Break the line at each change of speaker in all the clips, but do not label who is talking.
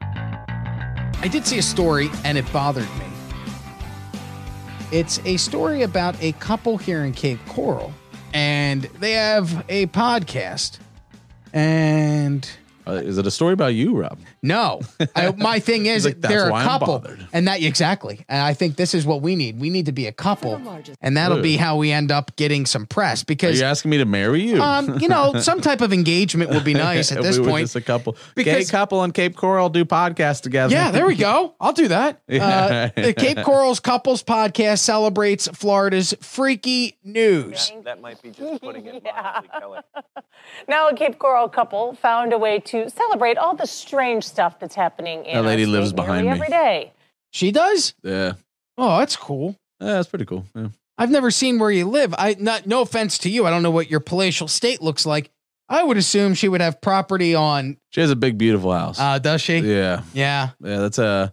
I did see a story and it bothered me. It's a story about a couple here in Cape Coral and they have a podcast. And
Uh, is it a story about you, Rob?
no, I, my thing is
like, "That's
they're a
why I'm
couple.
bothered.
And that exactly. And I think this is what we need. We need to be a couple. And that'll be
Ooh.
how we end up getting some press
Are
because
you asking me to marry you?
um, you know, some type of engagement would be nice at
If
this
we were
point.
just a couple, gay
Because-
couple on Cape Coral do podcast together.
Yeah, there we go. I'll do that. Uh,
Yeah.
the Cape Coral's Couples Podcast celebrates Florida's freaky news.
That might be just putting it mildly, Kelly.
Now, a Cape Coral couple found a way to celebrate all the strange stuff that's happening in
That lady
our
lives
state
behind
nearly
me.
every day.
She does?
Yeah,
Oh, that's cool.
Yeah, that's pretty cool. Yeah.
I've never seen where you live. I not no offense to you. I don't know what your palatial state looks like. I would assume she would have property on
She has a big, beautiful house.
uh does she? Yeah.
yeah, yeah, that's a.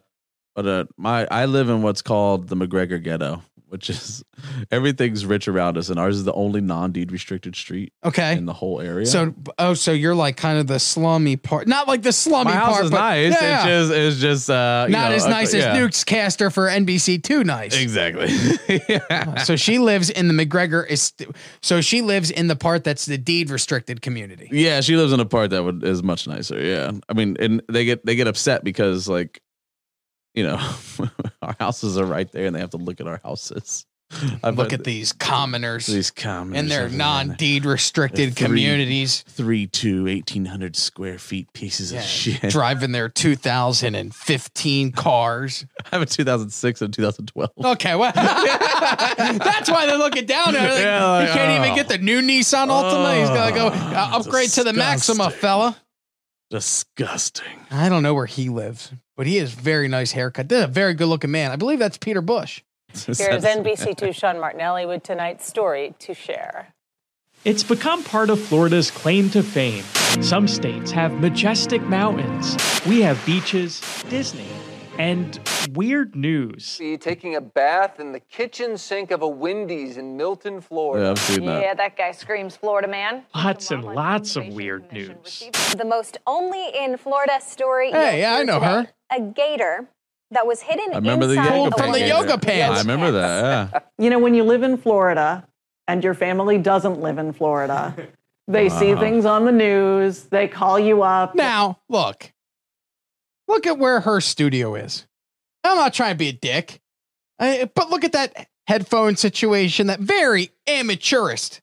But uh, my, I live in what's called the McGregor Ghetto, which is everything's rich around us, and ours is the only non-deed restricted street
Okay.
in the whole area.
So oh, so you're like kind of the slummy part. Not like the slummy
my house
part,
is
but
nice.
Yeah, yeah.
It's just, it's just uh, you
not
know,
as
uh,
nice
yeah.
as Nuke's caster for NBC two nice.
Exactly. yeah.
so she lives in the McGregor is so she lives in the part that's the deed restricted community.
Yeah, she lives in a part that would is much nicer. Yeah, I mean, and they get they get upset because like, you know, our houses are right there, and they have to look at our houses. I
Look at these commoners
these comments
in their
over there.
non deed restricted
Three-
communities
three to 1800 square feet pieces
Yeah.
of shit.
driving their 2015 cars.
I have a 2006 and 2012.
Okay, well, that's why they're looking down. They're like,
Yeah, like,
you can't even
oh.
get the new Nissan Altima. He's gonna go uh,
Oh,
upgrade to the Maxima,
disgusting.
fella.
Disgusting.
I don't know where he lives, but he has very nice haircut. This is a very good looking man. I believe that's Peter Bush.
Here's NBC2 Sean Martinelli with tonight's story to share.
It's become part of Florida's claim to fame. Some states have majestic mountains. We have beaches, Disney, and weird news.
be taking a bath in the kitchen sink of a Wendy's in Milton, Florida.
Yeah, I've seen that.
Yeah, that guy screams Florida man.
Lots and
Wildlife
lots of
Conservation
weird
Commission
news.
received The most only in Florida story.
Hey,
you'll
yeah, I
hear
know her.
A gator that was hidden
I remember the
inside
yoga
Pulled from the
a
pants.
yoga
Yeah,
pants.
I remember that. Yeah.
You know, when you live in Florida and your family doesn't live in Florida, they see
Uh-huh.
things on the news, they call you up.
Now, look. Look at where her studio is. I'm not trying to be a dick. I- but look at that headphone situation, that very amateurist.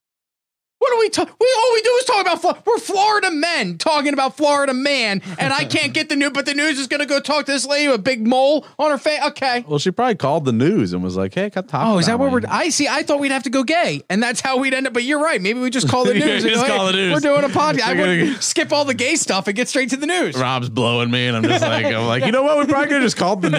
What do we talk? We all we do is talk about Florida. We're Florida men talking about Florida man, and I can't get the news. But the news is going to go talk to this lady with a big mole on her face. Okay.
Well, she probably called the news and was like, "Hey, cut top."
Oh, is that where we're? I see. I thought we'd have to go gay, and that's how we'd end up. But you're right. Maybe we just call the
Yeah,
news. and
just
go,
call
"Hey,
the news."
We're doing a podcast. I
We're gonna
would
go-
skip all the gay stuff and get straight to the news.
Rob's blowing me, and I'm just like, I'm like, you know what? We probably could have just called the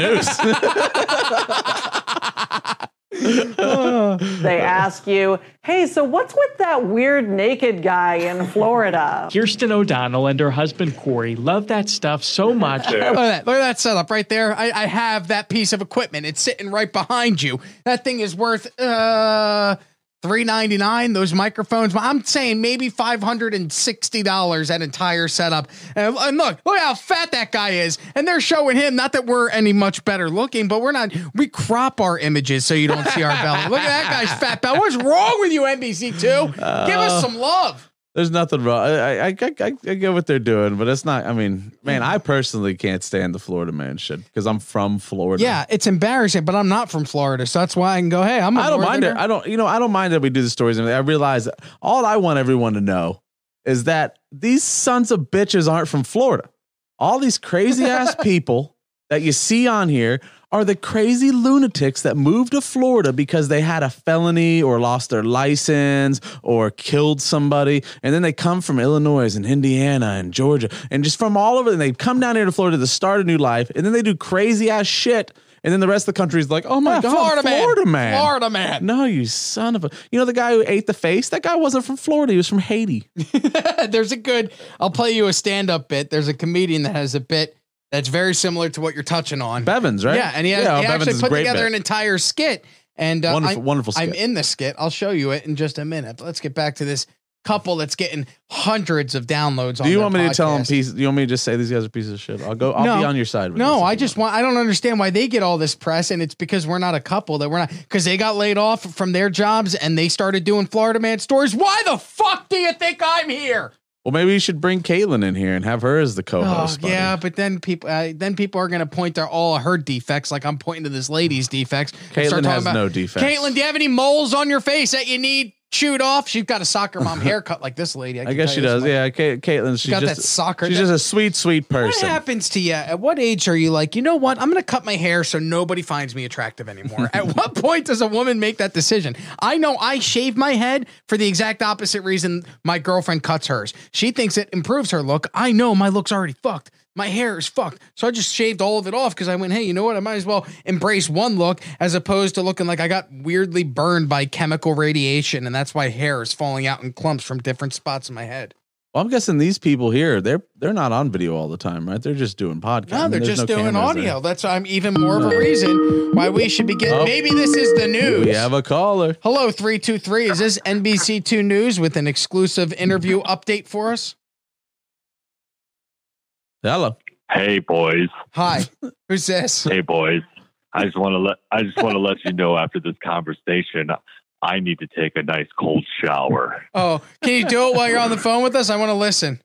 news.
They ask you, hey, so what's with that weird naked guy in Florida?
Kirsten O'Donnell and her husband Corey love that stuff so much.
Look at that. Look at that setup right there. I, I have that piece of equipment. It's sitting right behind you. That thing is worth uh three ninety nine. Those microphones. I'm saying maybe five hundred and sixty dollars that entire setup. And, and look, look how fat that guy is. And they're showing him. Not that we're any much better looking, but we're not. We crop our images so you don't see our belly. Look at that guy's fat belly. What's wrong with you, NBC Two? Give us some love.
There's nothing wrong. I, I, I, I, I get what they're doing, but it's not. I mean, man, I personally can't stand the Florida man shit because I'm from Florida.
Yeah, it's embarrassing, but I'm not from Florida, so that's why I can go. Hey, I'm. I
I don't mind it. I don't, you know, I don't mind that we do the stories. And I realize that all I want everyone to know is that these sons of bitches aren't from Florida. All these crazy ass people that you see on here are the crazy lunatics that moved to Florida because they had a felony or lost their license or killed somebody. And then they come from Illinois and Indiana and Georgia and just from all over. And they come down here to Florida to start a new life. And then they do crazy ass shit. And then the rest of the country is like, oh my
Yeah,
God,
Ah, Florida
Florida,
man.
man.
Florida man.
No, you son of a. You know, the guy who ate the face? That guy wasn't from Florida. He was from Haiti.
There's a good, I'll play you a stand up bit. There's a comedian that has a bit that's very similar to what you're touching on.
Bevins, right?
Yeah, and he, has, he
Bevins
actually
is
put
great
together
bit.
an entire skit. And uh, I,
Wonderful- wonderful
I'm
skit.
in the skit. I'll show you it in just a minute. But let's get back to this couple that's getting hundreds of downloads. on
Do you
their
want me to tell him
podcast.
pieces? You want me to just say these guys are pieces of shit? I'll go. I'll
No.
be on your side. With this
No,
if
I
you
just
want.
want. I don't understand why they get all this press, and it's because we're not a couple that we're not because they got laid off from their jobs and they started doing Florida Man stories. Why the fuck do you think I'm here?
Well, maybe you should bring Caitlin in here and have her as the
Oh,
co-host. buddy.
yeah, but then people uh, then people are going to point to all her defects, like I'm pointing to this lady's defects. and start
Caitlin
talking
has
about,
no defense.
Caitlin, do you have any moles on your face that you need chewed off? She's got a soccer mom haircut like this lady.
I guess she does. Yeah, Ca- Caitlin. She's
got
just
that soccer-
She's just a sweet, sweet
What
person.
happens to you? At what age are you like, you know what? I'm going to cut my hair so nobody finds me attractive anymore. At what point does a woman make that decision? I know I shave my head for the exact opposite reason my girlfriend cuts hers. She thinks it improves her look. I know my look's already fucked. My hair is fucked. So I just shaved all of it off because I went, hey, you know what? I might as well embrace one look as opposed to looking like I got weirdly burned by chemical radiation. And that's why hair is falling out in clumps from different spots in my head.
Well, I'm guessing these people here, they're they're not on video all the time, right? They're just doing podcasts. I
No,
mean,
they're
there's
just doing
cameras
audio. That's I'm even more of a reason why we should be getting.
Oh.
Maybe this is the
there.
news.
We have a caller.
Hello, three two three. Is this NBC Two News with an exclusive interview update for us?
Hello.
Hey boys,
Hi, who's this?
hey boys. I just want to let I just want to let you know after this conversation, I need to take a nice cold shower.
Oh, can you do it while you're on the phone with us? I want to listen.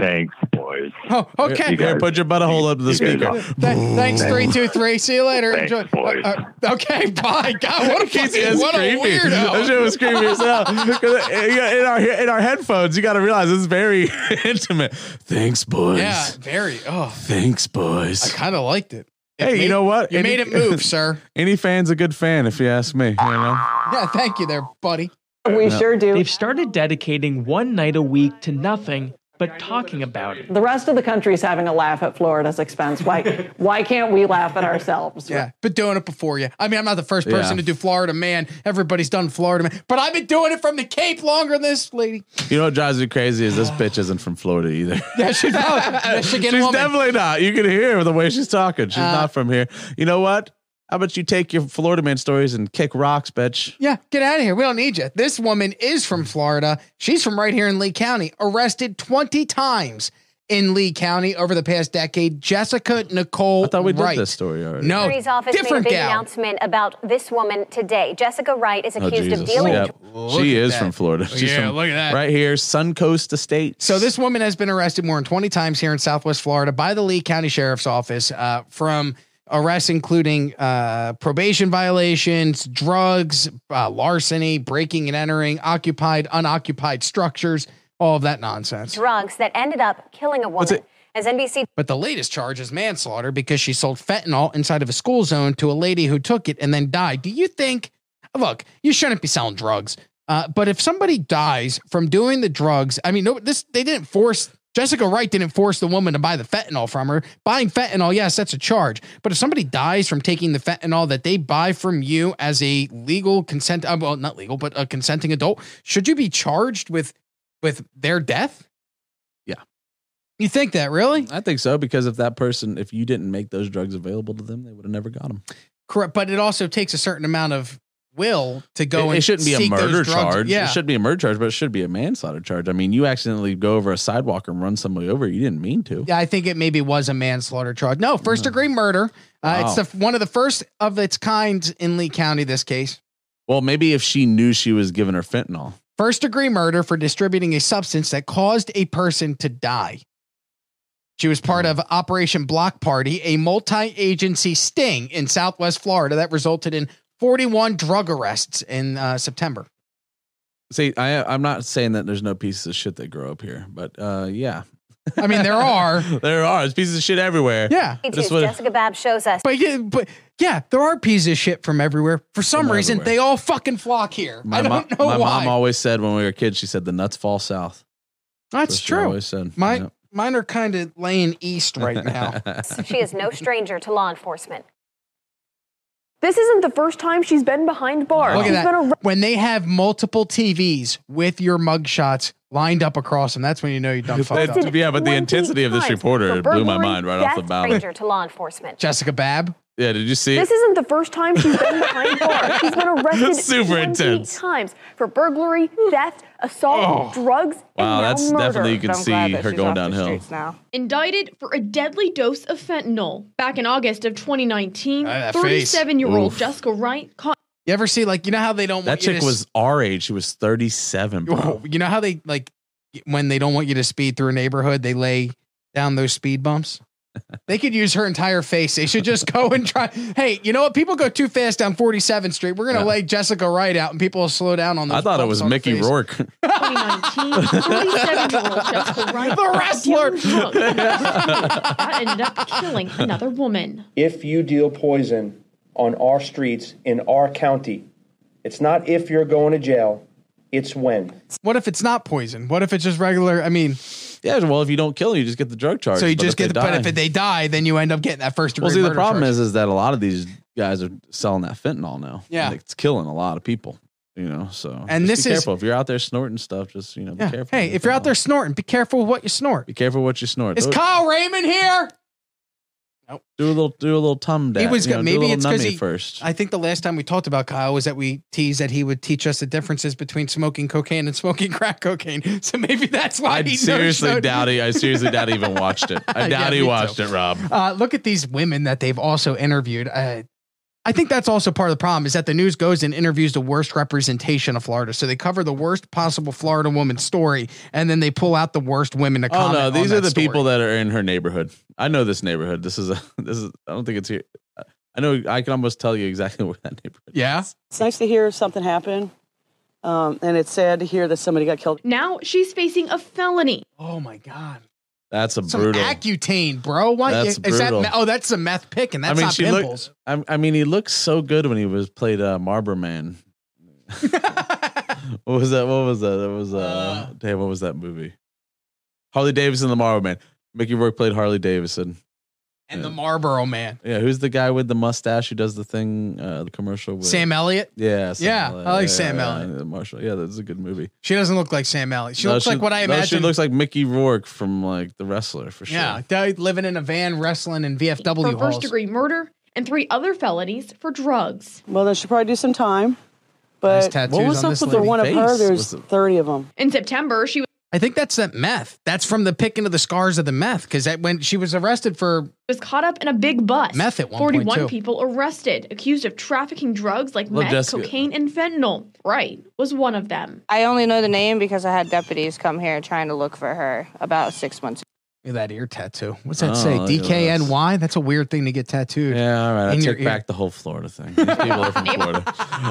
Thanks, boys.
Oh, okay.
You got-
Here, put your butthole up to the
You guys
speaker.
are-
Th- thanks, three two three. See you later.
Thanks,
Enjoy.
boys.
Uh, uh, okay, bye. God, what a
Keith,
fucking-
it's
what a
creepy. That
weirdo.
shit was creepy as hell. 'Cause, uh, In our in our headphones, you got to realize this is very intimate. Thanks, boys.
Yeah, very. Oh,
Thanks,
I
boys.
kind of liked it. It
Hey, you
made-
know what?
You
Any-
made it move, sir.
Any fan's a good fan, if you ask me. You know?
Yeah, thank you there, buddy.
We sure do.
They've started dedicating one night a week to nothing but talking about it.
The rest of the country's having a laugh at Florida's expense. Why? why can't we laugh at ourselves?
Yeah, been doing it before you. I mean, I'm not the first
Yeah.
person to do Florida Man. Everybody's done Florida Man, but I've been doing it from the Cape longer than this lady.
You know what drives me crazy is this bitch isn't from Florida either.
Yeah, she's a Michigan
she's
woman. Uh.
definitely not. You can hear the way she's talking. She's not from here. You know what? How about you take your Florida man stories and kick rocks, bitch?
yeah, get out of here. We don't need you. This woman is from Florida. She's from right here in Lee County. Arrested 20 times in Lee County over the past decade. Jessica Nicole.
I thought we did
Wright.
this story already.
No,
Attorney's office
different
made a big
gal.
announcement about this woman today. Jessica Wright is
Oh,
accused of
Jesus.
dealing.
Yep.
Look
She
at
is
that. Oh,
from Florida. She's
Yeah,
from
look at that.
Right here, Suncoast Estate.
So this woman has been arrested more than 20 times here in Southwest Florida by the Lee County Sheriff's Office uh, from arrests including uh, probation violations, drugs, uh, larceny, breaking and entering, occupied, unoccupied structures, all of that nonsense.
drugs that ended up killing a woman. As NBC
But the latest charge is manslaughter because she sold fentanyl inside of a school zone to a lady who took it and then died. Do you think? Look, you shouldn't be selling drugs. Uh, but if somebody dies from doing the drugs, I mean, no, this they didn't force. Jessica Wright didn't force the woman to buy the fentanyl from her. Buying fentanyl, yes, that's a charge. But if somebody dies from taking the fentanyl that they buy from you as a legal consent, uh, well, not legal, but a consenting adult, should you be charged with with their death?
Yeah.
you think that really?
I think so because if that person, if you didn't make those drugs available to them, they would have never got them.
Correct, but it also takes a certain amount of will to go.
it,
and
it shouldn't be a
seek those
murder
drugs.
charge.
Yeah,
It shouldn't be a murder charge, but it should be a manslaughter charge. I mean, you accidentally go over a sidewalk and run somebody over. You didn't mean to.
yeah. I think it maybe was a manslaughter charge. No, first degree murder. Uh,
Hmm. Wow.
It's the, one of the first of its kind in Lee County. This case,
Well, maybe if she knew she was giving her fentanyl.
first degree murder for distributing a substance that caused a person to die. She was
Hmm.
part of Operation Block Party, a multi agency sting in Southwest Florida that resulted in 41 drug arrests in uh, September.
See, I, I'm not saying that there's no pieces of shit that grow up here, but uh, yeah,
I mean, there are.
there are. There's pieces of shit everywhere.
Yeah.
News,
This would-
Jessica Babb shows us
But yeah, but yeah, there are pieces of shit from everywhere. For some
From
reason,
everywhere.
they all fucking flock here.
My,
I
mo-
don't know
my
why.
mom always said when we were kids, she said the nuts fall south.
That's
what she
true.
Always said
My
Yep.
Mine are kind of laying east right now.
She is no stranger to law enforcement.
This isn't the first time she's been behind bars.
Look
She's
at
been
that. When they have multiple TVs with your mugshots lined up across them, that's when you know you done fucked up.
That- yeah, but the
20
intensity of this
times
reporter
for
it blew my
burglary,
mind right off the
theft,
bat.
Stranger to law enforcement.
Jessica Babb.
Yeah, did you see?
This isn't the first time she's been behind bars. She's been arrested
Super
20
intense.
times for burglary, theft, assault, drugs, and now
Wow, that's
murder.
definitely you can
I'm glad
see
that
her
she's
going
off the
downhill.
streets Now.
Indicted for a deadly dose of fentanyl back in August of 2019,
Ah, that face. 37-year-old
Oof.
Jessica Wright caught
You ever see like you know how they don't
That
want you
chick
to
was our age. She was 37,
Yo,
bro.
you know how they like when they don't want you to speed through a neighborhood, they lay down those speed bumps. They could use her entire face. They should just go and try. Hey, you know what? People go too fast down 47th Street. We're gonna
Yeah.
lay Jessica Wright out, and people will slow down on. Those
I thought it
bumps
was
on her
Mickey
face.
Rourke.
2019, 47-year-old Jessica Wright
The wrestler.
dealing drugs in the city. that ended up killing another woman.
if you deal poison on our streets in our county, it's not if you're going to jail, it's when.
What if it's not poison? What if it's just regular? I mean,
Yeah, well, if you don't kill, 'em, you just get the drug charge.
so you
But
just get
if
the
they die-
but if they die, then you end up getting that first degree.
Well, see, the
murder
problem
charge.
is, is that a lot of these guys are selling that fentanyl now.
Yeah.
And it's killing a lot of people. You know, so
And
just
this
be
is-
careful. if you're out there snorting stuff. Just you know, be
Yeah.
careful.
Hey, if you're out there snorting, be careful with what you snort.
be careful what you snort.
Is
Do,
Kyle Raymond here?
do a little, do a little tum dab.
He was
you
good.
know, do a
Maybe
little
it's 'cause
nummy
he-
first.
I think the last time we talked about Kyle was that we teased that he would teach us the differences between smoking cocaine and smoking crack cocaine. So maybe that's why
I
he
seriously
no-showed.
doubt he. I seriously doubt he even watched it. I
Yeah,
doubt he
me
watched
too.
it, Rob.
Uh, look at these women that they've also interviewed. Uh, I think that's also part of the problem is that the news goes and interviews the worst representation of Florida. So they cover the worst possible Florida woman story, and then they pull out the worst women to
Oh
comment.
no,
on
these
that
are the
story.
people that are in her neighborhood. I know this neighborhood. This is a this is. I don't think it's here. I know. I can almost tell you exactly where that neighborhood.
Yeah,
It's nice to hear something happen, um, and it's sad to hear that somebody got killed.
Now she's facing a felony.
Oh my god.
That's a
Some
brutal.
Accutane, bro. Why is
That's
that?
brutal.
me- Oh, that's a meth pick, and that's not
she looked-
pimples.
I, I mean, he looked so good when he was played uh, Marber Man. what was that? What was that? That was uh,
Uh.
damn. What was that movie? Harley Davidson, the Marble Man. Mickey Rourke played Harley Davidson.
and the Marlboro Man,
Yeah, who's the guy with the mustache who does the thing, uh, the commercial with
Sam Elliott.
Yeah,
Yeah, I like Sam
Yeah, Marshall. Yeah, that's a good movie.
She doesn't look like Sam Elliott. She
No,
looks like what I
no,
imagine.
She looks like Mickey Rourke from like the wrestler for sure.
yeah, di- living in a van, wrestling in
for
VFW halls.
first-degree murder and three other felonies for drugs.
Well, then she'll probably do some time.
Nice
But
tattoos
what was
on
up
this
with the
lady
one of her?
face.
There's
Was it-
30 of them.
In September, she
I think that's that meth. That's from the picking of the scars of the meth. Because that when she was arrested for
was caught up in a big bust.
Meth at one point,
41
too.
people arrested, accused of trafficking drugs like
Look,
meth,
Jessica.
cocaine, and fentanyl. Right was one of them.
I only know the name because I had deputies come here trying to look for her about six months
look at that ear tattoo, what's that
Oh,
say?
look at
DKNY. That's a weird thing to get tattooed.
Yeah, all right. I
In your
take
ear.
back the whole Florida thing. These people are from Florida.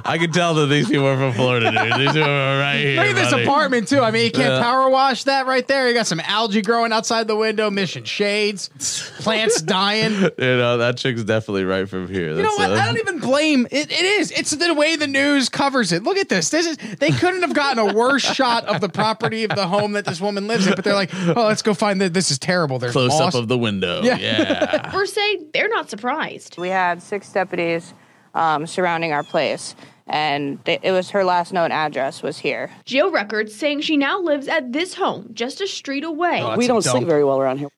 I can tell that these people are from Florida, dude. These people are right here.
Look at this
buddy.
apartment too. I mean, you can't
Yeah.
power wash that right there. You got some algae growing outside the window, mission shades, plants dying.
You know, that chick's definitely right from here.
You know
That's,
what? I
uh,
don't even blame it. It is. It's the way the news covers it. Look at this. This is. They couldn't have gotten a worse shot of the property of the home that this woman lives in. But they're like, oh, let's go find that. This is terrible. There's
close
moss.
up of the window.
Yeah.
Yeah.
Per se, they're not surprised.
We had six deputies um, surrounding our place, and they, it was her last known address was here.
Geo records saying she now lives at this home, just a street away.
Oh, that's
we
a
don't
dump.
sleep very well around here.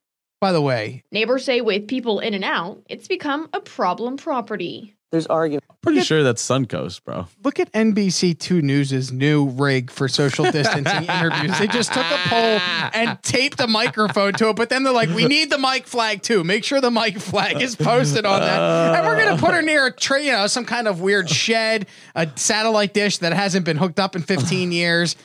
By the way,
Neighbors say with people in and out, it's become a problem property.
There's argument.
Pretty sure that's Suncoast, bro.
look at NBC Two News's new rig for social distancing interviews. They just took a poll and taped a microphone to it, but then they're like, "We need the mic flag too. Make sure the mic flag is posted on that, and we're gonna put her near a tray, you know, some kind of weird shed, a satellite dish that hasn't been hooked up in 15 years.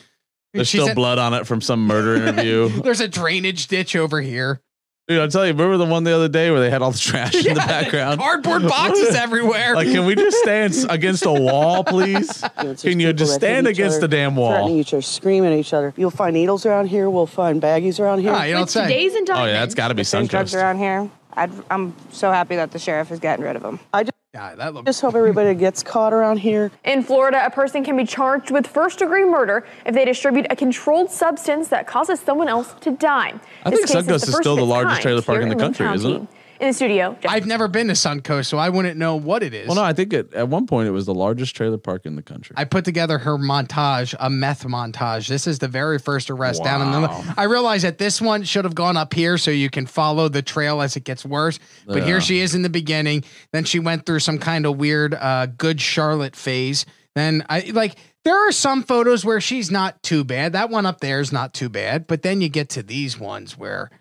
There's
She
still
said-
blood on it from some murder interview.
There's a drainage ditch over here.
Dude, I'll tell you, remember the one the other day where they had all the trash in the background?
Cardboard boxes everywhere.
Like, can we just stand s- against a wall, please?
It's
Can you
people
just
that hit
stand
each
against
other,
the damn
Threatening
wall?
each other, screaming at each other. You'll find needles around here. We'll find baggies around here.
Ah, you don't
With
say.
today's indictment,
Oh, yeah, that's got to be
There's drugs
Suncoast.
around here. I'd, I'm so happy that the sheriff is getting rid of them.
I just
God, that looks
Just hope everybody gets caught around here.
In Florida, a person can be charged with first degree murder if they distribute a controlled substance that causes someone else to die.
I
This
think
case
Sundance
the
is
first
still
of
the
its
largest
kind
trailer park
here
in the
Lee
country,
County.
isn't it?
In the studio,
I've never been to Suncoast, so I wouldn't know what it is.
Well, no, I think it, at one point it was the largest trailer park in the country.
I put together her montage, a meth montage. This is the very first arrest down in
Wow.
the. I realize that this one should have gone up here so you can follow the trail as it gets worse. But
Yeah.
here she is in the beginning. Then she went through some kind of weird, uh, good Charlotte phase. Then I like there are some photos where she's not too bad. That one up there is not too bad. But then you get to these ones where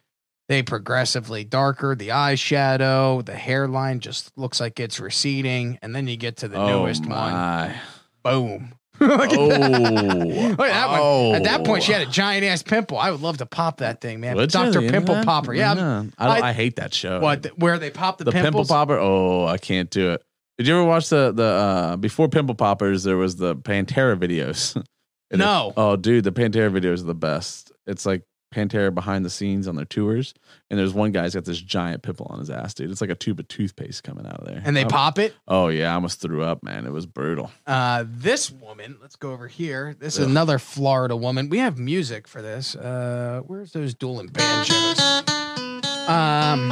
they progressively darker. The eyeshadow, the hairline just looks like it's receding, and then you get to the
Oh,
newest one. Boom. Look at that. Look at that one. At that point, she had a giant ass pimple. I would love to pop that thing, man.
Oh. Would you?
Doctor
You know
Pimple
that?
Popper. Yeah,
Yeah.
I'm-
I, don't- I hate that show.
What? th- Where they pop the,
the pimple
pimples?
popper. Oh, I can't do it. Did you ever watch the the uh, before pimple poppers? There was the Pantera videos. And it-
No.
oh, dude, the Pantera videos are the best. It's like Pantera behind the scenes on their tours, and there's one guy's got this giant pimple on his ass, dude. It's like a tube of toothpaste coming out of there.
And they
Oh.
pop it?
Oh yeah, I almost threw up, man. It was brutal.
Uh, this woman. Let's go over here. This
Ugh.
is another Florida woman. We have music for this. Uh, where's those dueling banjos? Um.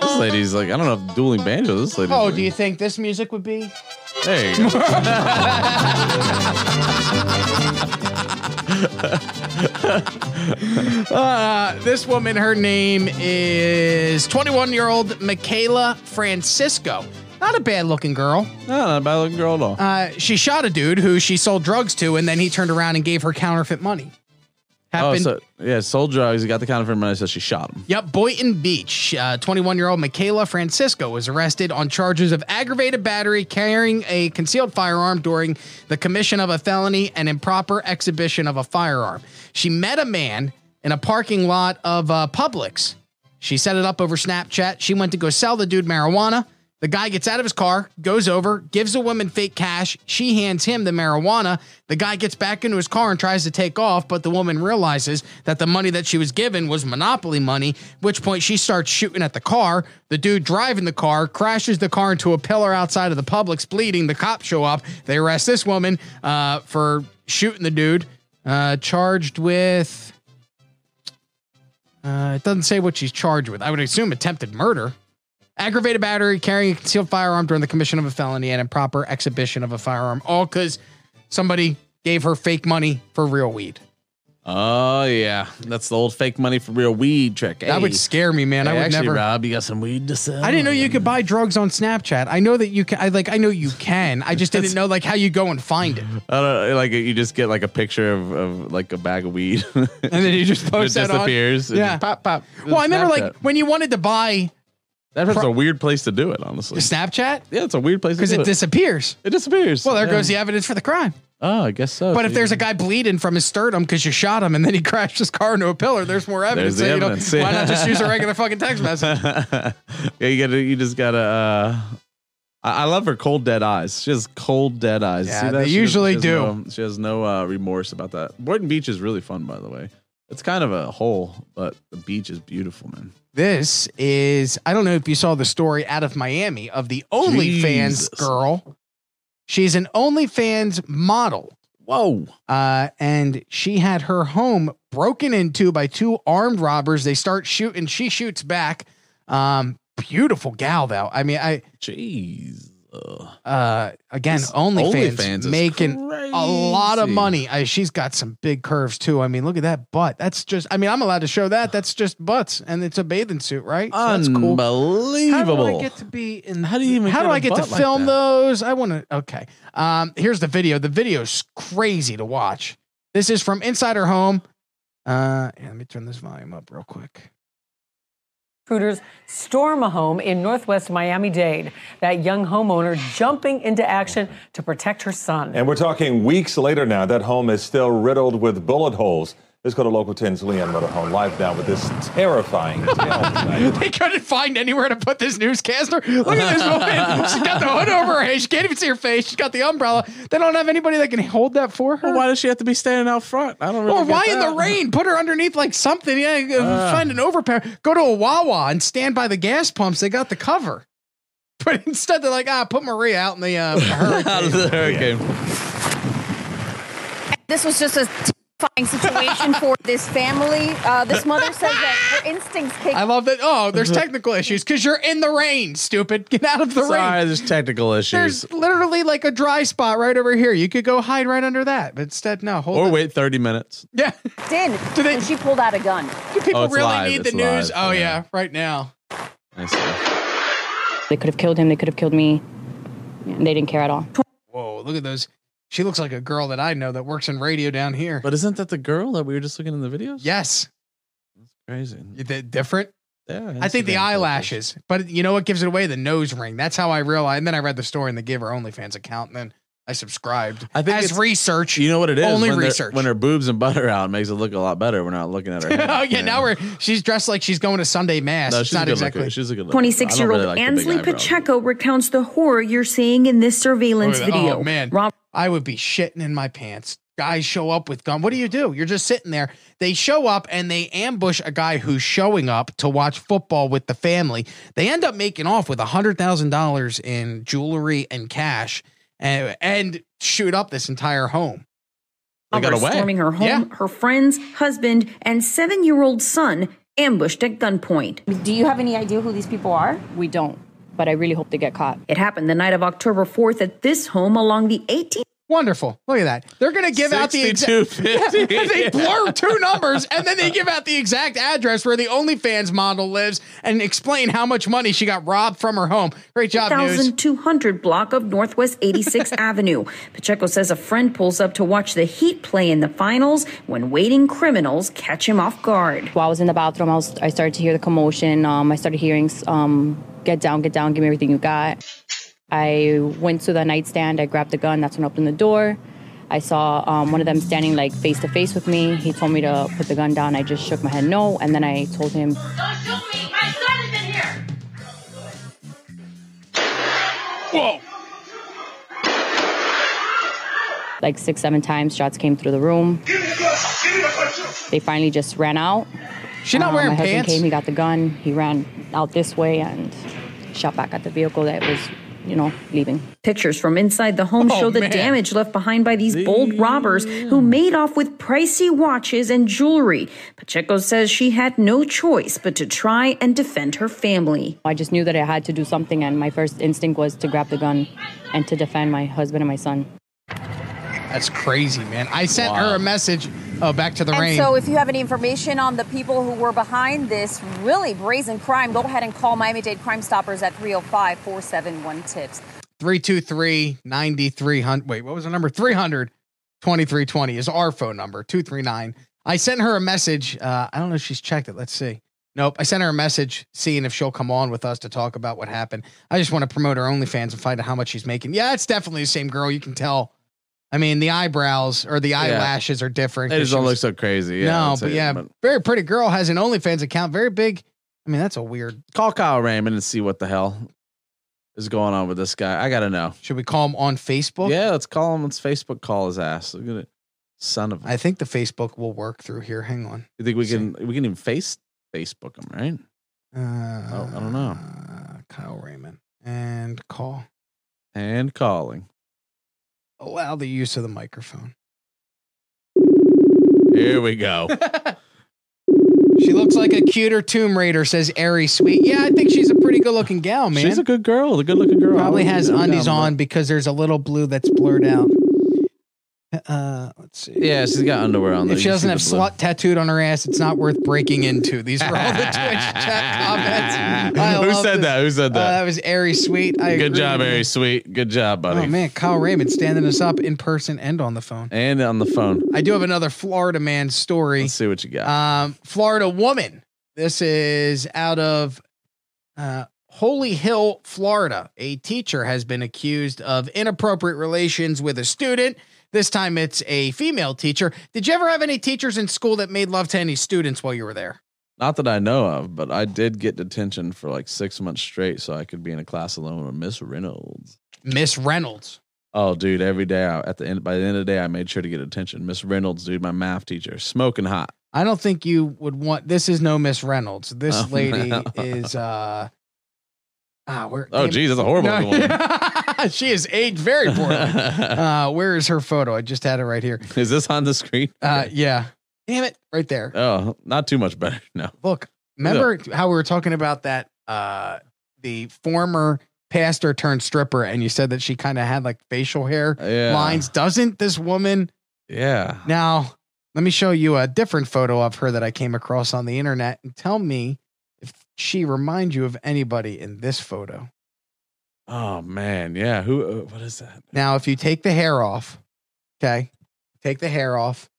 This lady's like, I don't know if dueling banjos. This lady.
Oh, do you think this music would be?
There you go.
Uh, this woman, her name is 21 year old Michaela Francisco. Not a bad looking girl.
No, not a bad looking girl at all.
Uh, she shot a dude who she sold drugs to, and then he turned around and gave her counterfeit money.
Oh,
Happened.
so, yeah, sold drugs. He got the counterfeit money, so she shot him.
Yep, Boynton Beach. 21 year old Michaela Francisco was arrested on charges of aggravated battery, carrying a concealed firearm during the commission of a felony, and improper exhibition of a firearm. She met a man in a parking lot of uh, Publix. She set it up over Snapchat. She went to go sell the dude marijuana. The guy gets out of his car, goes over, gives a woman fake cash. She hands him the marijuana. The guy gets back into his car and tries to take off, but the woman realizes that the money that she was given was monopoly money, which point she starts shooting at the car. The dude driving the car crashes the car into a pillar outside of the Publix, bleeding. The cops show up. They arrest this woman uh, for shooting the dude, uh, charged with. Uh, it doesn't say what she's charged with. I would assume attempted murder, aggravated battery, carrying a concealed firearm during the commission of a felony, and improper exhibition of a firearm. All because somebody gave her fake money for real weed.
Oh yeah, that's the old fake money for real weed trick.
That would scare me, man. I would
actually,
never-
Rob, you got some weed to sell.
I didn't know you could buy drugs on Snapchat. I know that you can. I like. I know you can. I just didn't know like how you go and find it.
I don't know, like you just get like a picture of, of like a bag of weed, and
then you just post
it
that on-
disappears. It
Yeah.
just pop pop.
Well, I remember like
Snapchat.
when you wanted to buy
that was
pro-
a weird place to do it, honestly.
Snapchat
Yeah, it's a weird place to
because
do
it
it.
disappears.
It disappears.
Well, there
Yeah.
goes the evidence for the crime.
oh, I guess so.
But
So
if
you
there's a
can-
guy bleeding from his sternum because you shot him and then he crashed his car into a pillar, there's more evidence.
the
So, you know,
evidence, yeah.
Why not just use a regular fucking text message?
yeah, you gotta, you just gotta. Uh, I, I love her cold dead eyes. She has cold dead eyes.
Yeah,
See that?
they
She has-
usually
she has
do.
no- she has no uh, remorse about that. Boynton Beach is really fun, by the way. It's kind of a hole, but the beach is beautiful, man.
This is, I don't know if you saw the story out of Miami of the OnlyFans girl. She's an OnlyFans model.
Whoa.
Uh, and she had her home broken into by two armed robbers. They start shooting. She shoots back. Um, beautiful gal, though. I mean, I.
Jeez.
Uh, again,
This
OnlyFans,
OnlyFans is
making a lot of
crazy.
money. I, she's got some big curves too. I mean, look at that butt. That's just. I mean, I'm allowed to show that. That's just butts, and it's a bathing suit, right? So that's cool. How do I
Unbelievable.
get to be in?
How do you even
How
get
do
a
I get to
butt like
film
that?
those? I want to. Okay. Um, here's the video. The video's crazy to watch. This is from inside her home. Uh, yeah, let me turn this volume up real quick.
Intruders storm a home in northwest Miami Dade. That young homeowner jumping into action to protect her son.
And we're talking weeks later now. That home is still riddled with bullet holes. Let's go to local 10's Leanne Motorhome Live now with this terrifying tale tonight.
They couldn't find anywhere to put this newscaster. Look at this woman. She's got the hood over her head. She can't even see her face. She's got the umbrella. They don't have anybody that can hold that for her.
why does she have to be standing out front? I don't. Really
or
get
why in
that.
the rain? Put her underneath like something. Yeah, uh,
Uh.
find an overpower. Go to a Wawa and stand by the gas pumps. They got the cover. But instead, they're like, ah, put Maria out in the uh, hurricane.
Out of the hurricane.
This was just a terrifying situation for this family. Uh, this mother says that her instincts kicked.
I love that. Oh, there's technical issues because you're in the rain, stupid. Get out of the
Sorry,
rain.
there's technical issues.
There's literally like a dry spot right over here. You could go hide right under that, but instead, no. Hold
Or
on.
wait 30 minutes.
Yeah.
Did and she pulled out a gun.
Do people
Oh, it's
really
live.
need
It's
the news?
live.
Oh,
Yeah.
yeah, right now.
I see.
They could have killed him. They could have killed me. And they didn't care at all.
Whoa, look at those. She looks like a girl that I know that works in radio down here.
But isn't that the girl that we were just looking in the videos?
Yes.
Crazy.
You did different?
Yeah.
I think the eyelashes, but you know what gives it away? The nose ring. That's how I realized. And then I read the story in the Giver OnlyFans account, and then I subscribed.
I think
as
it's-
research.
You know what it is?
Only
when they're-
research.
When her boobs and butt are out, it makes it look a lot better. We're not looking at her.
oh yeah, now we're she's dressed like she's going to Sunday mass.
No,
it's
she's a
not
good
exactly.
looker. She's a good looker.
26 year old
I don't really like the big
Ansley
eyebrows.
Pacheco recounts the horror you're seeing in this surveillance
Look at that.
video.
Oh man, I would be shitting in my pants. Guys show up with gun. What do you do? You're just sitting there. They show up and they ambush a guy who's showing up to watch football with the family. They end up making off with hundred thousand dollars in jewelry and cash, and, and shoot up this entire home.
Robbers Storming her home, her friends, husband, and seven year old son ambushed at gunpoint. Do you have any idea who these people are? We don't, but I really hope they get caught. It happened the night of October 4th at this home along the 18th.
Wonderful. Look at that. They're going to give out the exact.
6250.
Yeah, they blur two numbers and then they give out the exact address where the OnlyFans model lives and explain how much money she got robbed from her home. Great job, news.
1200 block of Northwest 86th Avenue. Pacheco says a friend pulls up to watch the Heat play in the finals when waiting criminals catch him off guard.
While I was in the bathroom, I, was, I started to hear the commotion. Um, I started hearing, um, get down, get down, give me everything you got. I went to the nightstand. I grabbed the gun. That's when I opened the door. I saw um, one of them standing like face to face with me. He told me to put the gun down. I just shook my head no, and then I told him
Whoa.
like six, seven times. Shots came through the room. They finally just ran out.
She not wearing
my husband
pants?
Came, he got the gun. He ran out this way and shot back at the vehicle that was, you know, leaving.
Pictures from inside the home
Oh,
show the
man.
damage left behind by these bold robbers who made off with pricey watches and jewelry. Pacheco says she had no choice but to try and defend her family.
I just knew that I had to do something, and my first instinct was to grab the gun and to defend my husband and my son.
That's crazy, man. I sent her a message. Oh, back to the
And
rain.
so, if you have any information on the people who were behind this really brazen crime, go ahead and call Miami Dade Crime Stoppers at 305 471 TIPS.
323 9300. Wait, what was the number? 300 2320 is our phone number, 239. I sent her a message. Uh, I don't know if she's checked it. Let's see. Nope. I sent her a message seeing if she'll come on with us to talk about what happened. I just want to promote her OnlyFans and find out how much she's making. Yeah, it's definitely the same girl. You can tell. I mean, the eyebrows or the eyelashes are different.
They
'cause
just
she
don't
was-
look so crazy. Yeah,
no,
that's
but
it.
yeah, very pretty girl has an OnlyFans account. Very big. I mean, that's a weird.
Call Kyle Raymond and see what the hell is going on with this guy. I got to know.
Should we call him on Facebook?
Yeah, let's call him. Let's Facebook call his ass. Look at it. Son of a.
I think the Facebook will work through here. Hang on.
You think we can we can even face Facebook him, right?
Uh,
Oh, I don't know.
Kyle Raymond and call.
And calling.
Allow the use of the microphone.
Here we go.
She looks like a cuter Tomb Raider, says Airy Sweet. Yeah, I think she's a pretty good looking gal, man.
She's a good girl, a good looking girl.
Probably has
No
undies
doubt about
on because there's a little blue that's blurred out. Uh, let's see.
it. Yeah, she's got underwear on. there.
If she
You
doesn't
see
have
the
slut
blue.
tattooed on her ass, it's not worth breaking into. These were all the Twitch chat comments. I
Who
love
said
this.
that? Who said
Uh,
that?
that was Airy Sweet. I
good
agree
job,
with you.
Very Sweet. Good job, buddy.
Oh man, Kyle Raymond standing us up in person and on the phone.
And on the phone.
I do have another Florida man story.
Let's see what you got.
Um, Florida woman. This is out of uh, Holy Hill, Florida. A teacher has been accused of inappropriate relations with a student. This time it's a female teacher. Did you ever have any teachers in school that made love to any students while you were there?
Not that I know of, but I did get detention for like six months straight, so I could be in a class alone with Miss Reynolds.
Miss Reynolds.
Oh, dude! Every day, I, at the end, by the end of the day, I made sure to get attention. Miss Reynolds, dude, my math teacher, smoking hot.
I don't think you would want this is no Miss Reynolds. This
Oh,
lady
no.
is uh Ah, where?
Oh, geez, that's a horrible
No.
one.
she is aged very poorly. uh, where is her photo? I just had it right here.
Is this on the screen?
Uh, yeah. Damn it, right there.
Oh, not too much better. No.
Look, remember how we were talking about that uh the former pastor turned stripper and you said that she kind of had like facial hair
Yeah.
lines. Doesn't this woman
Yeah.
now let me show you a different photo of her that I came across on the internet and tell me if she reminds you of anybody in this photo.
Oh man, yeah. Who? Uh, what is that?
Now, if you take the hair off, okay, take the hair off.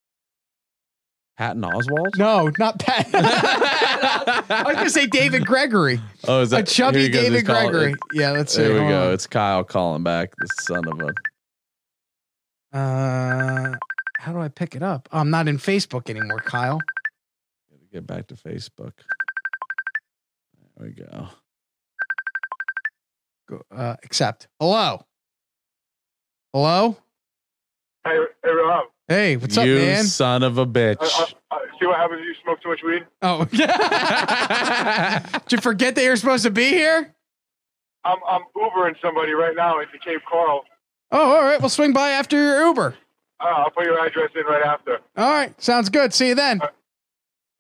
Patton Oswald?
No, not Pat. I was gonna say David Gregory.
Oh, is
A
that
chubby
here you go,
David
just call it-
Gregory. Yeah, let's see,
There we
hold
go.
on.
It's Kyle calling back. The son of a.
Uh, how do I pick it up? I'm not in Facebook anymore, Kyle.
Get back to Facebook. There we go.
Go, uh, accept. Hello. Hello.
Hey, hey Rob,
Hey, what's up,
you
man?
son of a bitch.
uh, see what happens if you smoke too much weed?
Oh, did you forget that you're supposed to be here?
I'm I'm Ubering somebody right now into Cape Coral.
Oh, all right. We'll swing by after your Uber.
Uh, I'll put your address in right after.
All right, sounds good. See you then.
All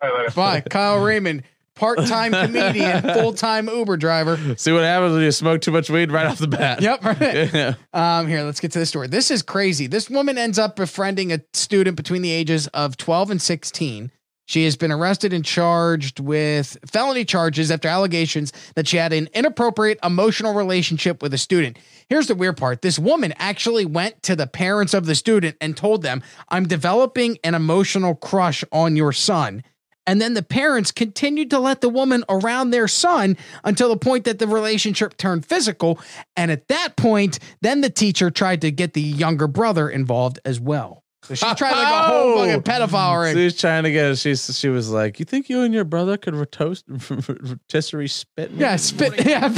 right, later.
Bye, Kyle Raymond, part-time comedian, full-time Uber driver.
See what happens when you smoke too much weed right off the bat.
Yep,
Yeah.
Um, here, let's get to this story. This is crazy. This woman ends up befriending a student between the ages of 12 and 16. She has been arrested and charged with felony charges after allegations that she had an inappropriate emotional relationship with a student. Here's the weird part this woman actually went to the parents of the student and told them, I'm developing an emotional crush on your son. And then the parents continued to let the woman around their son until the point that the relationship turned physical. And at that point, then the teacher tried to get the younger brother involved as well. So she tried like a whole
Oh!
fucking pedophile ring.
She's trying to get. She's she was like, "You think you and your brother could rotoast, rotisserie spit?" Me?
Yeah, spit. Yeah,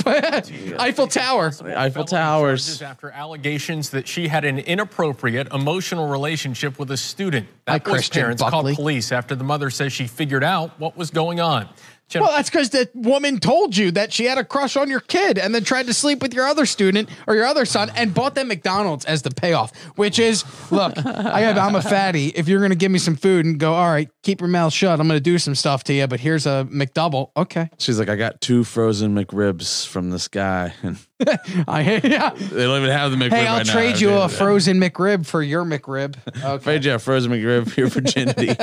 Eiffel Tower.
Eiffel Towers.
After allegations that she had an inappropriate emotional relationship with a student,
Hi,
that was
Christian
parents
Buckley.
called police after the mother says she figured out what was going on. Jennifer-
Well, that's because the woman told you that she had a crush on your kid and then tried to sleep with your other student or your other son and bought them McDonald's as the payoff, which is look, I have, I'm a fatty. If you're going to give me some food and go, all right, keep your mouth shut, I'm going to do some stuff to you, but here's a McDouble. Okay.
She's like, "I got two frozen McRibs from this guy, and
I, yeah.
they don't even have the McRib."
Hey, I'll
right now.
trade you a frozen McRib for your McRib. Uh,
Trade you a frozen McRib for your virginity.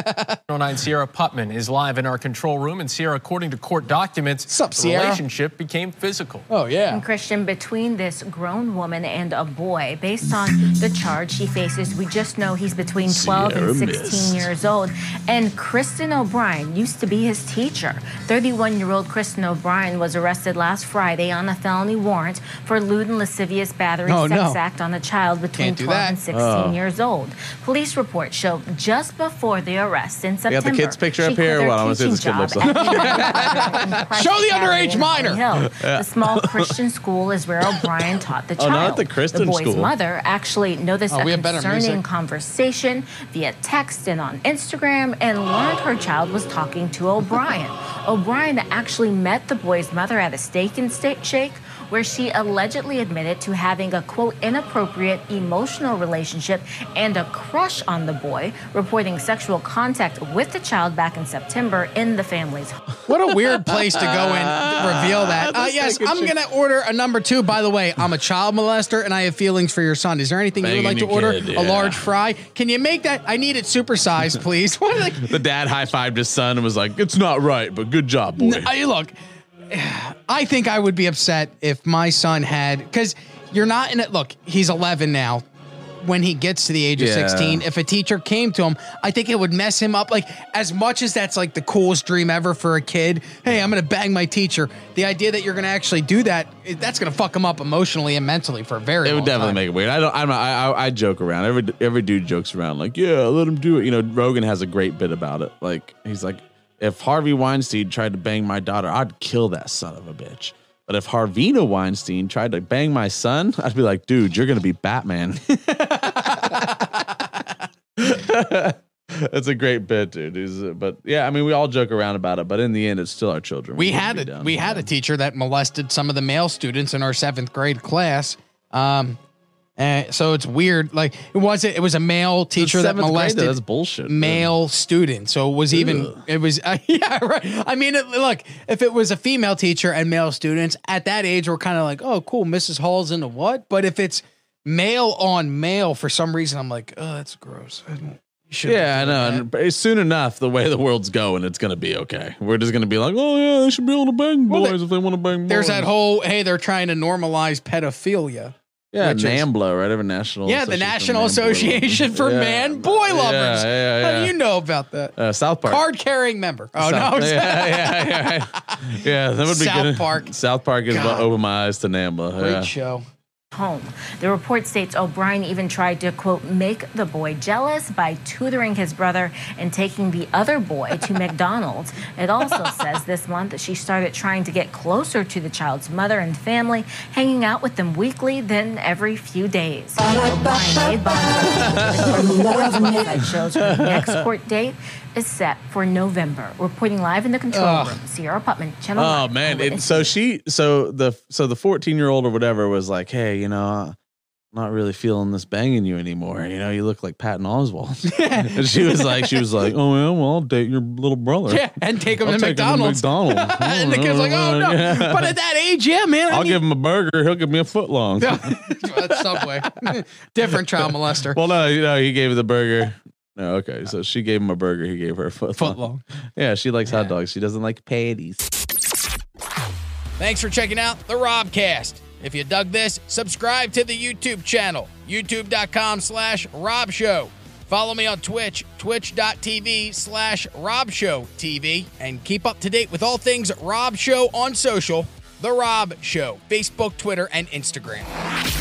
09 Sierra Putman is live in our control room, and Sierra, according to court documents, the
Sierra?
relationship became physical.
Oh, yeah.
Christian, between this grown woman and a boy, based on the charge he faces, we just know he's between 12
Sierra
and 16
missed.
years old. And Kristen O'Brien used to be his teacher. 31 year old Kristen O'Brien was arrested last Friday on a felony warrant for lewd and lascivious battery
Oh,
sex
no.
act on a child between
Can't do
12
that.
and 16
Oh.
years old. Police reports show just before the arrest in
I
September.
got the kid's picture
she
up here.
quit her
Well, I want to see what this
teaching
kid looks
job
like.
Show the underage minor. Hill.
Yeah.
The small Christian school is where O'Brien taught the
Oh,
child.
not the Christian
boy's
school.
mother actually noticed
Oh, we
a
have better
concerning
music.
conversation via text and on Instagram and learned her child was talking to O'Brien. O'Brien actually met the boy's mother at a steak and steak shake where she allegedly admitted to having a quote inappropriate emotional relationship and a crush on the boy, reporting sexual contact with the child back in September in the family's home.
What a weird place to go and reveal that. Uh,
That's
yes,
like a
I'm
chick-
going to order a number two. By the way, I'm a child molester and I have feelings for your son. Is there anything you would like
Banging
to
your
order?
kid,
A
yeah.
large fry? Can you make that? I need it supersized, please. What? Like,
the dad high fived his son and was like, "It's not right, but good job, boy."
N- I- look, I think I would be upset if my son had because you're not in it. Look, he's 11 now. When he gets to the age of
Yeah.
16, if a teacher came to him, I think it would mess him up. Like as much as that's like the coolest dream ever for a kid. Hey, I'm gonna bang my teacher. The idea that you're gonna actually do that, it- that's gonna fuck him up emotionally and mentally for a very.
It would
long
definitely
time.
make it weird. I don't. I'm not, I, I I joke around. Every every dude jokes around like, yeah, let him do it. You know, Rogan has a great bit about it. Like he's like, if Harvey Weinstein tried to bang my daughter, I'd kill that son of a bitch. But if Harvina Weinstein tried to bang my son, I'd be like, dude, you're gonna be Batman. That's a great bit, dude. He's, uh, but yeah, I mean, we all joke around about it, but in the end, it's still our children.
We
can't
had
be
a
done
we
with
had a
that.
teacher that molested some of the male students in our seventh grade class. Um, and so it's weird. Like it was it was a male teacher that
seventh grade, though.
molested.
That's bullshit, dude.
Male students. So it was even it was uh, yeah right. I mean, it, look, if it was a female teacher and male students at that age, we're kind of like, oh, cool, Mrs. Hall's into what? But if it's male on male, for some reason, I'm like, oh, that's gross. I don't- you shouldn't be
Yeah, I
doing
know. And b- soon enough, the way the world's going, it's gonna be okay. We're just gonna be like, oh yeah, they should be able to bang boys
Well,
if they want to bang.
There's
boys.
that whole hey, they're trying to normalize pedophilia.
yeah,
which is-
NAMBLA, right? Every national.
yeah, the
Association
National
of Man Boy Lovers.
Association for
Yeah.
Man Boy Lovers.
Yeah, yeah,
How
yeah.
do you know about that?
Uh, South Park.
Card carrying member. Oh
South-
no!
Yeah, yeah, Yeah, that would be
South
good.
Park.
South Park is what
God.
opened my eyes to NAMBLA.
Great
yeah.
show.
home. The report states O'Brien even tried to, quote, make the boy jealous by tutoring his brother and taking the other boy to McDonald's. It also says this month that she started trying to get closer to the child's mother and family, hanging out with them weekly, then every few days. O'Brien made bond. that shows her next court date is set for November. Reporting live in the control
Ugh.
room, Sierra Putman, Channel
Oh
9.
man! It, so she, so the, so the fourteen year old or whatever was like, hey, you know, I'm not really feeling this banging you anymore. You know, you look like Patton Oswalt. and she was like, she was like, oh yeah, well, I'll date your little brother.
Yeah, and take 'em
I'll
to
take him
McDonald's.
McDonald's.
And the kid's like, oh no!
Yeah.
But at that age, yeah, man. I
I'll
mean,
give him a burger. He'll give me a foot long.
that's Subway. Different child molester.
well, no, you know, he gave her the burger. No, okay. So she gave him a burger. He gave her a foot
Foot
long. Yeah, she likes hot dogs. She doesn't like patties.
Thanks for checking out the Robcast. If you dug this, subscribe to the YouTube channel, youtube.com slash Rob Show. Follow me on Twitch, twitch.tv slash Rob Show TV, and keep up to date with all things Rob Show on social, The Rob Show, Facebook, Twitter, and Instagram.